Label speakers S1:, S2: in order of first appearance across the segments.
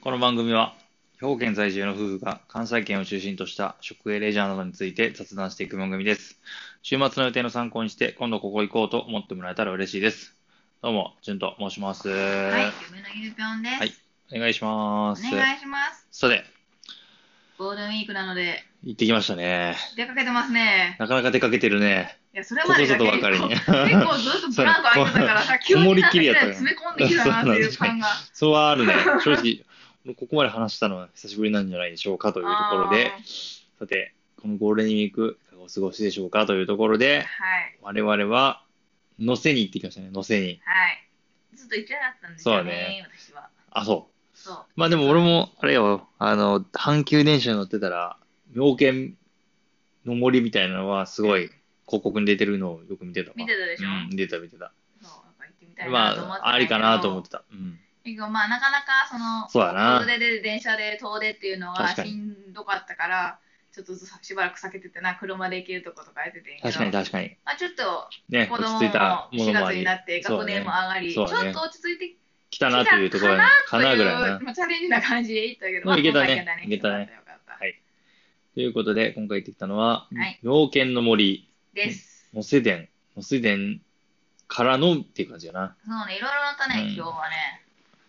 S1: この番組は、兵庫県在住の夫婦が関西圏を中心とした食営レジャーなどについて雑談していく番組です。週末の予定の参考にして、今度ここ行こうと思ってもらえたら嬉しいです。どうも、じゅんと申します。
S2: はい、
S1: は
S2: 夢のゆうぴょんです。
S1: い、お願いします。
S2: お願いします。
S1: さて、
S2: ゴールデンウィークなので、
S1: 行ってきましたね。
S2: 出かけてますね。
S1: なかなか出かけてるね。
S2: いや、それまでが
S1: ここぞとば
S2: 結
S1: かりに
S2: 構、結構ずっとブランク空いて たからさ、急にな
S1: こも
S2: んか
S1: りっきりやったね
S2: 詰め込んできたなっていう感が。
S1: そうはあるね。正直、ここまで話したのは久しぶりなんじゃないでしょうかというところで
S2: あ、ー
S1: さて、このゴールデンウィーク、いかがお過ごしでしょうかというところで、
S2: はい、
S1: 我々は、のせに行ってきましたね、のせに。
S2: はい。ずっと行ってなかったんですよね、私は。
S1: あ、そう。
S2: そう。
S1: まあでも俺も、あれよ、あの、阪急電車に乗ってたら、妙見の森みたいなのは、すごい、広告に出てるのをよく見てたわ。
S2: 見てたでしょ
S1: うん、見てた見てた。
S2: そう、なんか行ってみたい
S1: ま
S2: なと思ってたけど。
S1: あ、ありかなと思ってた。うん。
S2: 結構まあ、なかなか、その、
S1: そうだな
S2: ゴールデンで電車で遠出っていうのは
S1: 確かに
S2: しんどかったから、ちょっとずしばらく避けててな、車で行けるとことかやっててんけど
S1: 確かに確かに。
S2: まあ、ちょっと、
S1: ね、
S2: 子
S1: 落ち
S2: 供
S1: 着いたも
S2: も
S1: の
S2: 4
S1: も
S2: 月
S1: あ
S2: に
S1: り
S2: な、って学年も上がり、ち
S1: そ
S2: ょ
S1: う
S2: っ
S1: だ
S2: と
S1: ね
S2: 落ち着いてき
S1: 来たなというところだね。
S2: た
S1: か
S2: な
S1: な
S2: と
S1: ぐ
S2: い
S1: らいな
S2: う。まあチャレンジな感じでいったけど、
S1: もういけたね
S2: まあ
S1: いけたね
S2: よかったよかった
S1: はいということで、今回行ってきたのは
S2: はい、
S1: 妙見の森、
S2: です。
S1: 能勢殿、能勢殿からのっていう感じやな。
S2: そうね、いろいろなった
S1: うん
S2: ね、今日はね。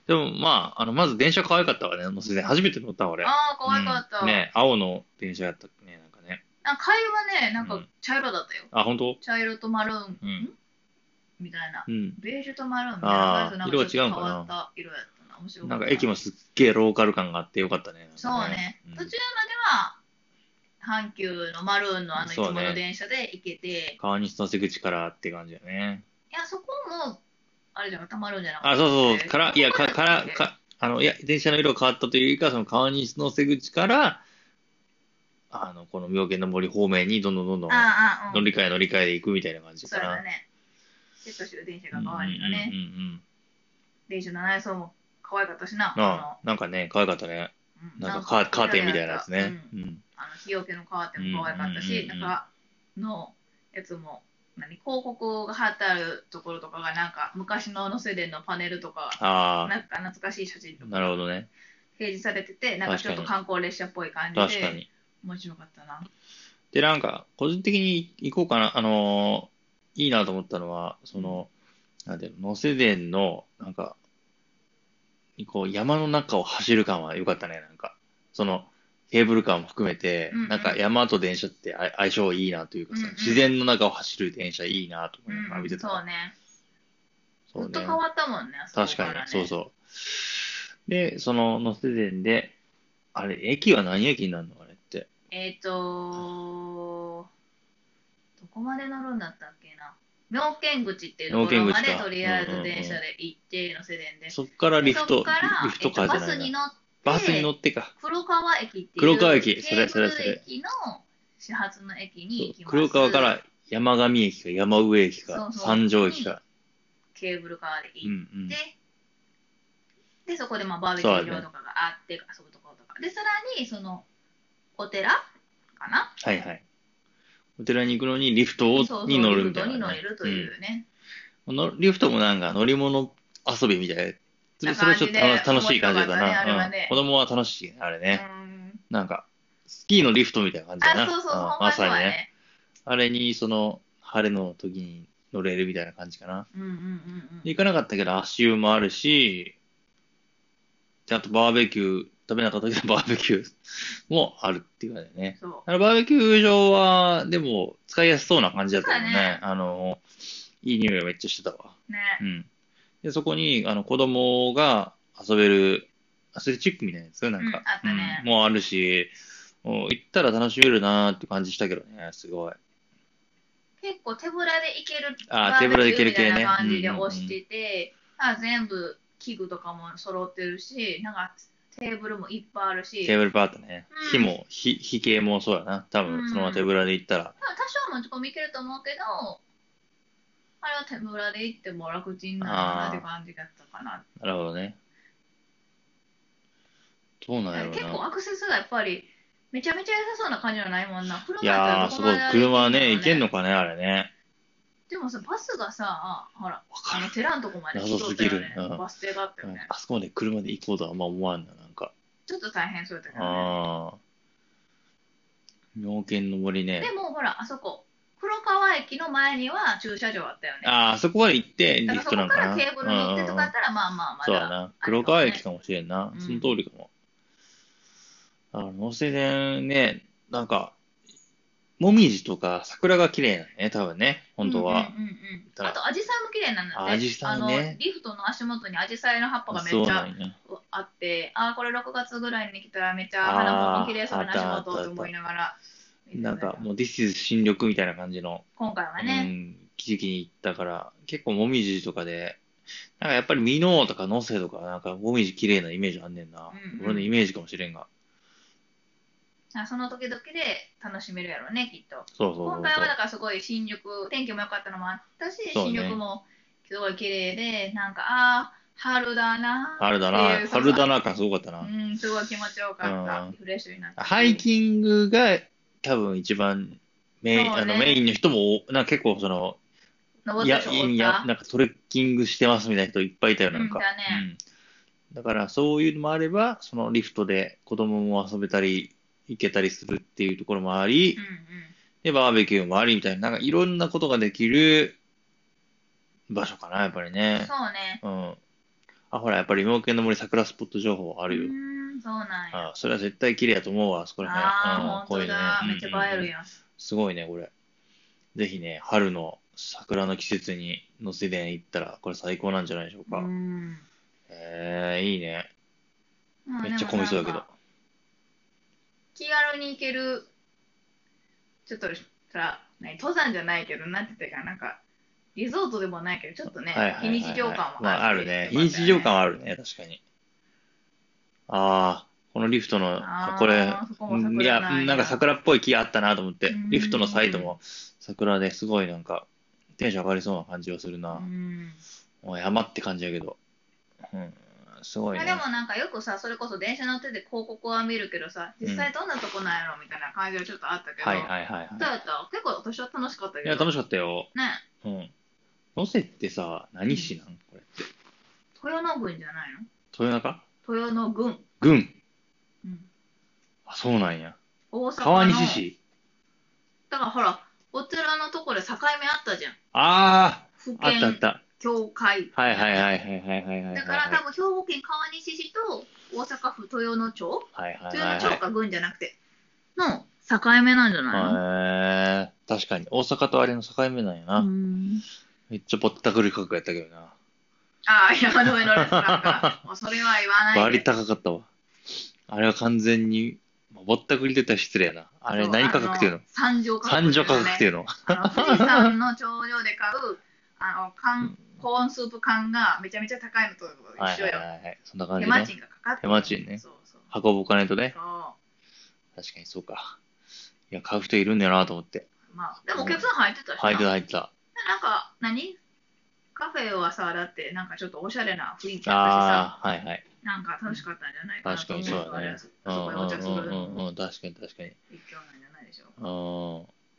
S1: でもまあ、あの、まず電車可愛かったわね、能勢殿。初めて乗ったわ、俺。
S2: ああ、可愛かった。
S1: うんね、青の電車やったっけね、なんかね。
S2: なんか帰りはね、なん
S1: う
S2: か
S1: ん
S2: 茶色だったよ。
S1: あ、本当
S2: 茶色とマルーン
S1: うん
S2: んみたいな。
S1: うん。
S2: ベージュとマルーンみたい
S1: あー
S2: な。なんかちょ
S1: 色が
S2: っと
S1: 違う
S2: 変
S1: の
S2: わ
S1: かな
S2: った色やったな。面白か
S1: な
S2: った。
S1: んか駅もすっげえローカル感があってよかったね。
S2: そうね。
S1: なん
S2: 途
S1: か
S2: 中ま
S1: ね
S2: では、阪急のマルーンのあのいつも
S1: そうね
S2: の電車で行けて、
S1: うん川西の瀬口からって感じだね。
S2: いや、そこも、あれじゃん、たまるんじゃなか
S1: あ、
S2: っ
S1: そうそう
S2: えー
S1: から、いや、か、から、
S2: えー
S1: か、あの、いや、電車の色が変わったというか、その川西の瀬口から、あの、この妙見の森方面にどんどんどんどん
S2: た。ああ、ああ、う
S1: 乗
S2: ん。
S1: り換え乗り換えで行くみたいな感じ
S2: そ
S1: か
S2: うだ
S1: な。
S2: ね。セットしてる電車
S1: う
S2: が
S1: んうんうん
S2: 周りの
S1: う
S2: ね。
S1: ん。
S2: 電車の内装も可愛かったしな。
S1: あ、なんかね、可愛かったね。
S2: あのう
S1: なんかカーカーテンみたいなやつね。
S2: う
S1: うんん。
S2: あの、日よけのカーテンも可愛かった
S1: う
S2: し、
S1: んうんうん
S2: な
S1: うん
S2: んか、のやつも、何、広告が貼ってあるところとかが、なんか、昔のノセデンのパネルとか、
S1: あ
S2: なんか懐かしい写真
S1: あ、
S2: と
S1: なる
S2: か、
S1: ほどね。
S2: 掲示されてて、なんかちょっと
S1: 確か
S2: 観光列車っぽい感じ
S1: 確かに
S2: で、。面白かったな。
S1: で、なんか、個人的に行こうかな、あのーいいなと思ったのは、その、なんていうの、能勢殿の、なんか、こう、山の中を走る感は良かったね、なんか。その、ケーブルカーも含めて、
S2: うんうん
S1: なんか山と電車ってあ相性いいなというかさ、
S2: うんうん
S1: 自然の中を走る電車いいなと思いながら
S2: う
S1: 見て
S2: ん、
S1: た。
S2: そうね。
S1: そう
S2: ず
S1: ね
S2: っと変わったもんね、あそこ
S1: 確かに
S2: らね
S1: そうそう。で、その、能勢殿で、あれ、駅は何駅になるのあれって。
S2: えっ、ー、とーどこまで乗るんだったっけな妙見口っていうところま
S1: 妙見
S2: で
S1: 口か
S2: とりあえ
S1: うんうんう
S2: ず
S1: ん
S2: 電車で行ってのせでんで、
S1: そっからリ
S2: そ
S1: フ
S2: こ
S1: ト、
S2: から
S1: リフト
S2: えっと
S1: カーじゃ
S2: バ
S1: ないな
S2: スに乗って
S1: バスに乗ってか。
S2: 黒川駅っていう
S1: 黒川駅それ
S2: ケー
S1: そ
S2: ブ
S1: れ
S2: ル
S1: それ
S2: 駅の始発の駅に行きます
S1: 黒川から山上駅か山上駅
S2: そ
S1: か
S2: うそう
S1: 三条駅か。
S2: ケーブルカー
S1: うん
S2: で
S1: う
S2: 行っ
S1: ん
S2: て、。でそこでまあバーベキュー場とかがあって遊ぶところとかでさらにそのお寺かな
S1: はいはい。お寺に行くのにリフトを
S2: そうそう
S1: に乗るみたい
S2: リフ
S1: な
S2: ト
S1: ね、
S2: に乗れるというね、
S1: うんのリフトもなんか乗り物遊びみたいで、それ
S2: な
S1: それち
S2: 感じ
S1: ょっ
S2: で
S1: と楽楽しい感じだった
S2: 面白かったねあれ
S1: な。う
S2: は
S1: ん
S2: ね
S1: 子供は楽しいね、あれね。
S2: うん
S1: なんか、スキーのリフトみたいな感じだな。
S2: あ、そうそう、
S1: うん
S2: ほんま
S1: ま
S2: にそ
S1: さ
S2: う
S1: に
S2: や
S1: ね。
S2: ね。
S1: あれに、その、晴れの時に乗れるみたいな感じかな。
S2: うんうんうんうん。
S1: 行かなかったけど、足湯もあるし、であとバーベキュー、食べなかったけど、バーベキューもあるっていう感じだね。
S2: そう。
S1: あのバーベキュー場は、でも、使いやすそうな感じだったよね。
S2: そうだね
S1: あの、いい匂いがめっちゃしてたわ。
S2: ね。
S1: うん。で、そこに、あの、子供が遊べる、アスレチックみたいなやつなんか、
S2: うんあったね
S1: うんもうあるし、もう行ったら楽しめるなーって感じしたけどね、すごい。
S2: 結構手ぶらでいける。
S1: あー手ぶらでいける系ね
S2: バーベキューみたいな感じで
S1: うんうんうん
S2: 押してて、あ全部器具とかも揃ってるし、なんかテーブルもいっぱいあるし、
S1: テー
S2: 多分
S1: ブルパートね
S2: うん。
S1: 火も、火、火系もそうだな。多分、そのまま手ぶらで行ったら、
S2: 多少持ち込みいけると思うけど、あれは手ぶらで行っても楽ちんなのかなって感じだったかな。
S1: なるほどね。どうなんやろう
S2: 結構
S1: な。
S2: アクセスがやっぱり、めちゃめちゃ良さそうな感じはないもんな。車
S1: い
S2: やっ
S1: や
S2: たら
S1: ー、
S2: ど
S1: す
S2: こ
S1: ご
S2: ま
S1: い
S2: で。歩いて
S1: 車ね、
S2: い
S1: 行けんのかね、あれね。
S2: でもさ、バスがさ、ほら、あの寺のとこまで来とった
S1: 謎
S2: よ
S1: すぎ
S2: ね
S1: るうん。
S2: バス停があったよ
S1: うん
S2: ね。
S1: あそこまで車で行こうとはあんま思わんな、なんか。
S2: ちょっと大変そうだったからね。
S1: ああ。妙見の森ね
S2: で。もほら、あそこ、黒川駅の前には駐車場あったよね。
S1: ああ、そこまで行って、リ
S2: だか
S1: フ
S2: らそ
S1: トな
S2: こ
S1: ん
S2: か
S1: からな。
S2: ケーブル乗ってとかやったら、まあまあまだ。
S1: そうだな。黒川駅かもしれんな
S2: う。ん
S1: その通りかも。あの、能勢線ね、なんか、もみじとか桜が綺麗なんやね、多分ね、本当は。
S2: うんうんうんうんあと、アジサイも綺麗なんだって。
S1: アジサイね
S2: あのリフトの足元にアジサイの葉っぱがめ
S1: そ
S2: っ
S1: う
S2: ち
S1: な
S2: ゃ
S1: んや。
S2: あって、ああ、これ6月ぐらいに来たらめっちゃ
S1: あー
S2: 花も綺麗そうな足元と思いながら。
S1: なんか、もう、This is 新緑みたいな感じの、
S2: 今回は
S1: う
S2: ね、
S1: ん、時期に行ったから、結構もみじとかで、なんかやっぱり美濃とか能勢とか、なんかもみじ綺麗なイメージあんねんな
S2: うんう。ん
S1: 俺のイメージかもしれんが。
S2: あその時々で楽しめるやろうね、きっと。
S1: そうそうそ
S2: 今
S1: う
S2: 回
S1: そ
S2: は
S1: う
S2: だ。からすごい新緑、天気も良かったのもあったし、
S1: そうね
S2: 新緑もすごい綺麗で、なんか、ああ、春だなー
S1: 春だ
S2: ってい
S1: な。
S2: う
S1: 春だな感すごかったな。
S2: うん、すごい気持ちよかった。
S1: うん
S2: リフレッシュになった。
S1: ハイキングが多分一番メイン、
S2: そうね
S1: あのメインの人も多、なんか結構その、
S2: 登
S1: い
S2: った
S1: や、
S2: でしょ、
S1: いや、なんかトレッキングしてますみたいな人いっぱいいたよ、なん
S2: う
S1: か
S2: ん。だね
S1: うんだからそういうのもあれば、そのリフトで子供も遊べたり、行けたりするっていうところもあり、
S2: うんうん。
S1: で、バーベキューもありみたいな、なんかいろんなことができる場所かな、やっぱりね。
S2: そうね。
S1: うん。あ、ほら、やっぱり妙見の森桜スポット情報あるよ。
S2: うーん、そうなんや。
S1: あそれは絶対綺麗やと思うわ、あそこら辺。
S2: あ
S1: う
S2: あ、
S1: ん
S2: 本当だ。
S1: こういうのね
S2: めっちゃ映えるやん。
S1: すごいね、これ。ぜひね、春の桜の季節にのせで行ったら、これ最高なんじゃないでしょうか。
S2: うん。
S1: えー、いいね。
S2: まあ
S1: めっちゃ混みそうだけ。
S2: で
S1: ど
S2: もなんか。気軽に行ける、ちょっとさ、何登山じゃないけど、なんていうか、なんか、リゾートでもないけど、ちょっと
S1: は
S2: ね、
S1: いはいはいはい
S2: 非日常感も
S1: まあ、あ
S2: ある
S1: るね。
S2: って
S1: 非
S2: いう
S1: 日常感
S2: こ
S1: はあるね、確かに。ああ、このリフトの、
S2: とだよね
S1: あこれ、
S2: あーそこも桜
S1: いや、
S2: ない
S1: なんか桜っぽい木あったなと思って
S2: うん、
S1: リフトのサイトも桜ですごいなんか、テンション上がりそうな感じがする
S2: う
S1: な。
S2: ん
S1: もう山って感じやけど。うん、すごい
S2: ま
S1: ね
S2: あ、。でもなんかよくさ、それこそ電車乗ってて広告は見るけどさ、実際どんなとこなんやろみたいな感じはちょっとあったけど、
S1: はいはいはいはい
S2: どう。やった結構私は楽しかったけ
S1: い
S2: ど。
S1: や、楽しかったよ。
S2: ね、
S1: うん。能勢ってさ、何市なんこれって。
S2: 豊野郡じゃないの
S1: 豊中
S2: 豊野郡。
S1: 郡。
S2: うん、
S1: あ、そうなんや。
S2: 大阪の
S1: 川西市。
S2: だからほら、お寺のとこで境目あったじゃん。
S1: あ
S2: 府
S1: あ、あったあっ
S2: 県、
S1: た。
S2: 境界。
S1: はいはいはいはいはいはいはい。
S2: だから多分兵庫県川西市と大阪府豊野町
S1: はいはいは
S2: 豊野
S1: いはい
S2: 町か郡じゃなくて、の境目なんじゃないの
S1: へー。確かに、大阪とあれの境目なんや
S2: う
S1: な。
S2: ん
S1: めっちゃぼったくり価格やったけどな。
S2: ああ、山の上のレストランか。もうそれは言わない
S1: 割
S2: で。
S1: 高かったわ。あれは完全に、まあぼったくり出たら失礼やな。あれ何価格っていうの
S2: あ三条価格。
S1: 三条価格っていうの
S2: あの富士山の頂上で買うあの缶コーンスープ缶がめちゃめちゃ高いのと
S1: はい
S2: 一緒
S1: はい
S2: よ、
S1: はいはい。そんな感
S2: 手
S1: じ
S2: 間
S1: ね。
S2: 賃がかかって
S1: 手間賃ね
S2: そうそう
S1: 運ぶお金とね。
S2: そう
S1: 確かにそうか。いや、買う人いるんだよなと思って。
S2: まあでもお客さん入ってたしな
S1: 入ってた、入ってた。
S2: なんか何カフェはさだってなんかちょっとおしゃれな雰囲気あっ
S1: ああ、はいはい。
S2: たしさなんか楽しかったんじゃないかな
S1: 確
S2: と
S1: か
S2: 思
S1: に
S2: う
S1: そうだね。う
S2: あそ
S1: ん
S2: こでお茶する
S1: うんうんうんうん、確かに確かに。
S2: 一挙なんじゃないでしょう
S1: う
S2: か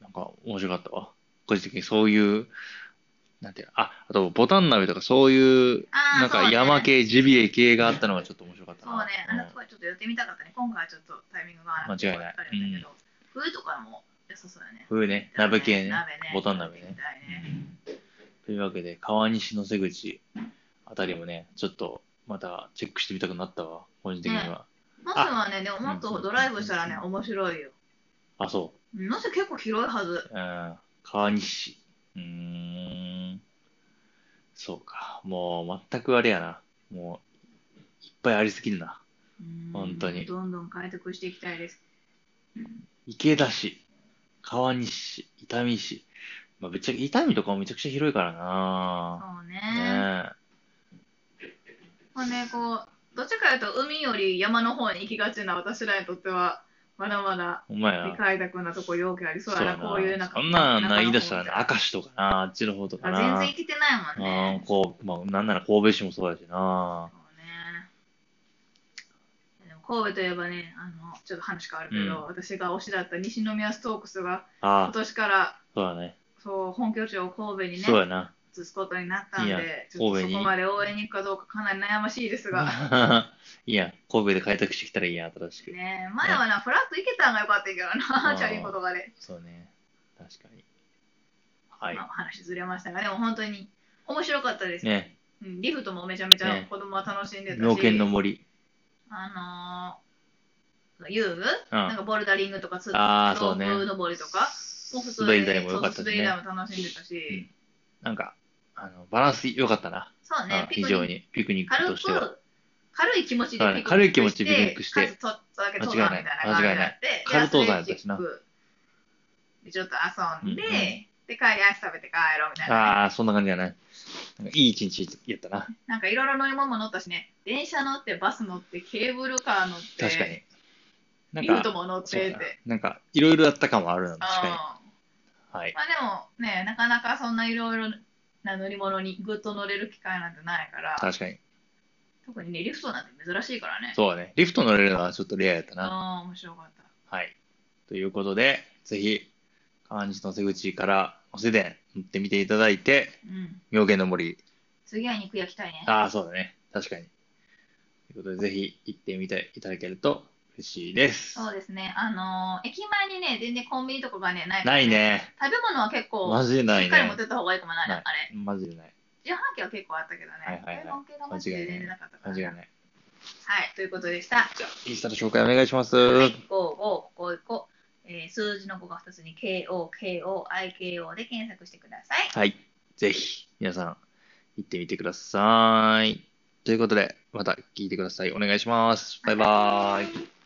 S1: ん。なんか面白かったわ。個人的にそういう、なんていうのあ、あとボタン鍋とかそういう、
S2: あー
S1: なん
S2: そう
S1: か
S2: ね
S1: 山系、ジビエ系があったのがちょっと面白かった
S2: そう
S1: な。
S2: ね、あのとこちょっとやってみたかったね。今回はちょっとタイミングが合
S1: 間
S2: わ
S1: 違いない
S2: ばっかりだけど、冬とかも良さそうだね。
S1: 冬ね、鍋系ね
S2: 鍋ね、
S1: ボタン鍋ね。というわけで、川西の瀬口あたりもね、ちょっとまたチェックしてみたくなったわ、個人的には。
S2: もしはね、でももっとドライブしたらね、面白いよ。
S1: あ、そう。
S2: もし結構広いはず。
S1: うん川西市。うーん。そうか。もう全くあれやな。もう、いっぱいありすぎるな。
S2: うん
S1: 本当に
S2: どんどん開拓していきたいです。
S1: 池田市、川西市、伊丹市。まあ、ぶっちゃけ、伊丹とかもめちゃくちゃ広いから
S2: そ
S1: な。
S2: うね。
S1: ね
S2: まあね、こう、どっちかというと海より山の方に行きがちな私らにとっては、まだまだ
S1: え。ほんまや
S2: 未
S1: な。
S2: 開拓なとこ容器ありそう
S1: そ
S2: や
S1: うや
S2: な、こういう
S1: な。
S2: なんか。
S1: そんなんないだしたらね、
S2: あ
S1: 明石とかな、あっちの方とか
S2: 全
S1: な。
S2: 然行けてないもんね。
S1: うん、こう、まあ、なんなら神戸市もそうだしな。
S2: そうね。でも神戸といえばね、あのちょっと話変わるけど、
S1: うん
S2: 私が推しだった西宮ストークスが今
S1: ああ、
S2: 年から
S1: そうだね。
S2: そう本拠地を神戸に
S1: そう
S2: ね
S1: やな。
S2: 移すことになったん
S1: いや
S2: で、ちょ
S1: 神
S2: っと
S1: 戸
S2: そ
S1: に
S2: こまで応援に行くかどうかかなり悩ましいですが、
S1: い いいや、神戸で開拓してきたらいいや、新しく。
S2: ねえ前はな、フラッと行けたんがよかったけど
S1: あ
S2: な、
S1: ー
S2: チャリンコとかで。
S1: そうね。確かに。はい
S2: ま。あ、話ずれましたが、でも本当に面白かったです。
S1: ね、
S2: うん、リフトもめちゃめちゃ
S1: ね
S2: 子供は楽しんでたし、
S1: 農研の森。
S2: あのー、遊具、
S1: うん
S2: なんかボルダリングとか、ス
S1: あーそうね
S2: ープ登りとか、もう普通に
S1: 滑り台も良かったし
S2: そう
S1: ね
S2: 滑り台も楽しんでたし、
S1: なんか、あの、バランス良かったな。
S2: そうね
S1: うん、
S2: ピ
S1: 非
S2: クニ
S1: 常
S2: ック
S1: に。ピクニック
S2: 軽
S1: としては。
S2: く、軽い気持ちで
S1: そう
S2: ピ
S1: ね
S2: クニックして、
S1: 軽い気持ちでピクニックして
S2: 数ちょっとだけ登山みたいな感じ
S1: 間違
S2: になって、
S1: いない間違いない軽登山やったしな
S2: でアスレチックでちょっと遊んで、
S1: うんうん
S2: で、帰りアイス食べて帰ろうみたいなね、
S1: ああ、そんな感じじゃない。なんかいい一日やったな。
S2: なんかいろいろ乗り物も乗ったしね、電車乗って、バス乗って、ケーブルカー乗って、
S1: 確かに。なん
S2: リフト
S1: か、
S2: も乗っ
S1: そう
S2: てっ
S1: だ
S2: て
S1: な。なんか、いろいろだった感はあるな、確かに。
S2: あ
S1: はい。
S2: まあでもね、なかなかそんないろいろな乗り物にぐっと乗れる機会なんてないから、
S1: 確かに。
S2: 特にね、リフトなんて珍しいからね。
S1: そうだね。リフト乗れるのはちょっとレアやったな。
S2: ああ、面白かった。
S1: はい。ということで、ぜひ、川西の瀬口からのせで乗ってみていただいて、
S2: うん。
S1: 妙見の森。
S2: 次は肉焼きたいね。
S1: ああ、そうだね。確かに。ということで、ぜひ行ってみていただけると嬉しいです。
S2: そうですね。あのー駅前にね、全然コンビニとかがね、ないから
S1: ない。ね。
S2: 食べ物は結構、
S1: マジでな
S2: しっ
S1: い
S2: かり持
S1: ね
S2: って。った方がいいかもな、
S1: ない
S2: あれ。
S1: マジでない。
S2: 自販機は結構あったけどね。
S1: はいはいはい
S2: 食べ物系がマジで全然なかったから
S1: 間違いない。
S2: はい、ということでした。
S1: じゃあ、インスタの紹介お願いします。
S2: はい、5、5、ここ行こう。えー数字の5が2つに KO、KO、IKO で検索してください。
S1: はい。ぜひ、皆さん、行ってみてください。ということで、また聞いてください。お願いします。バイバーイ。
S2: イ。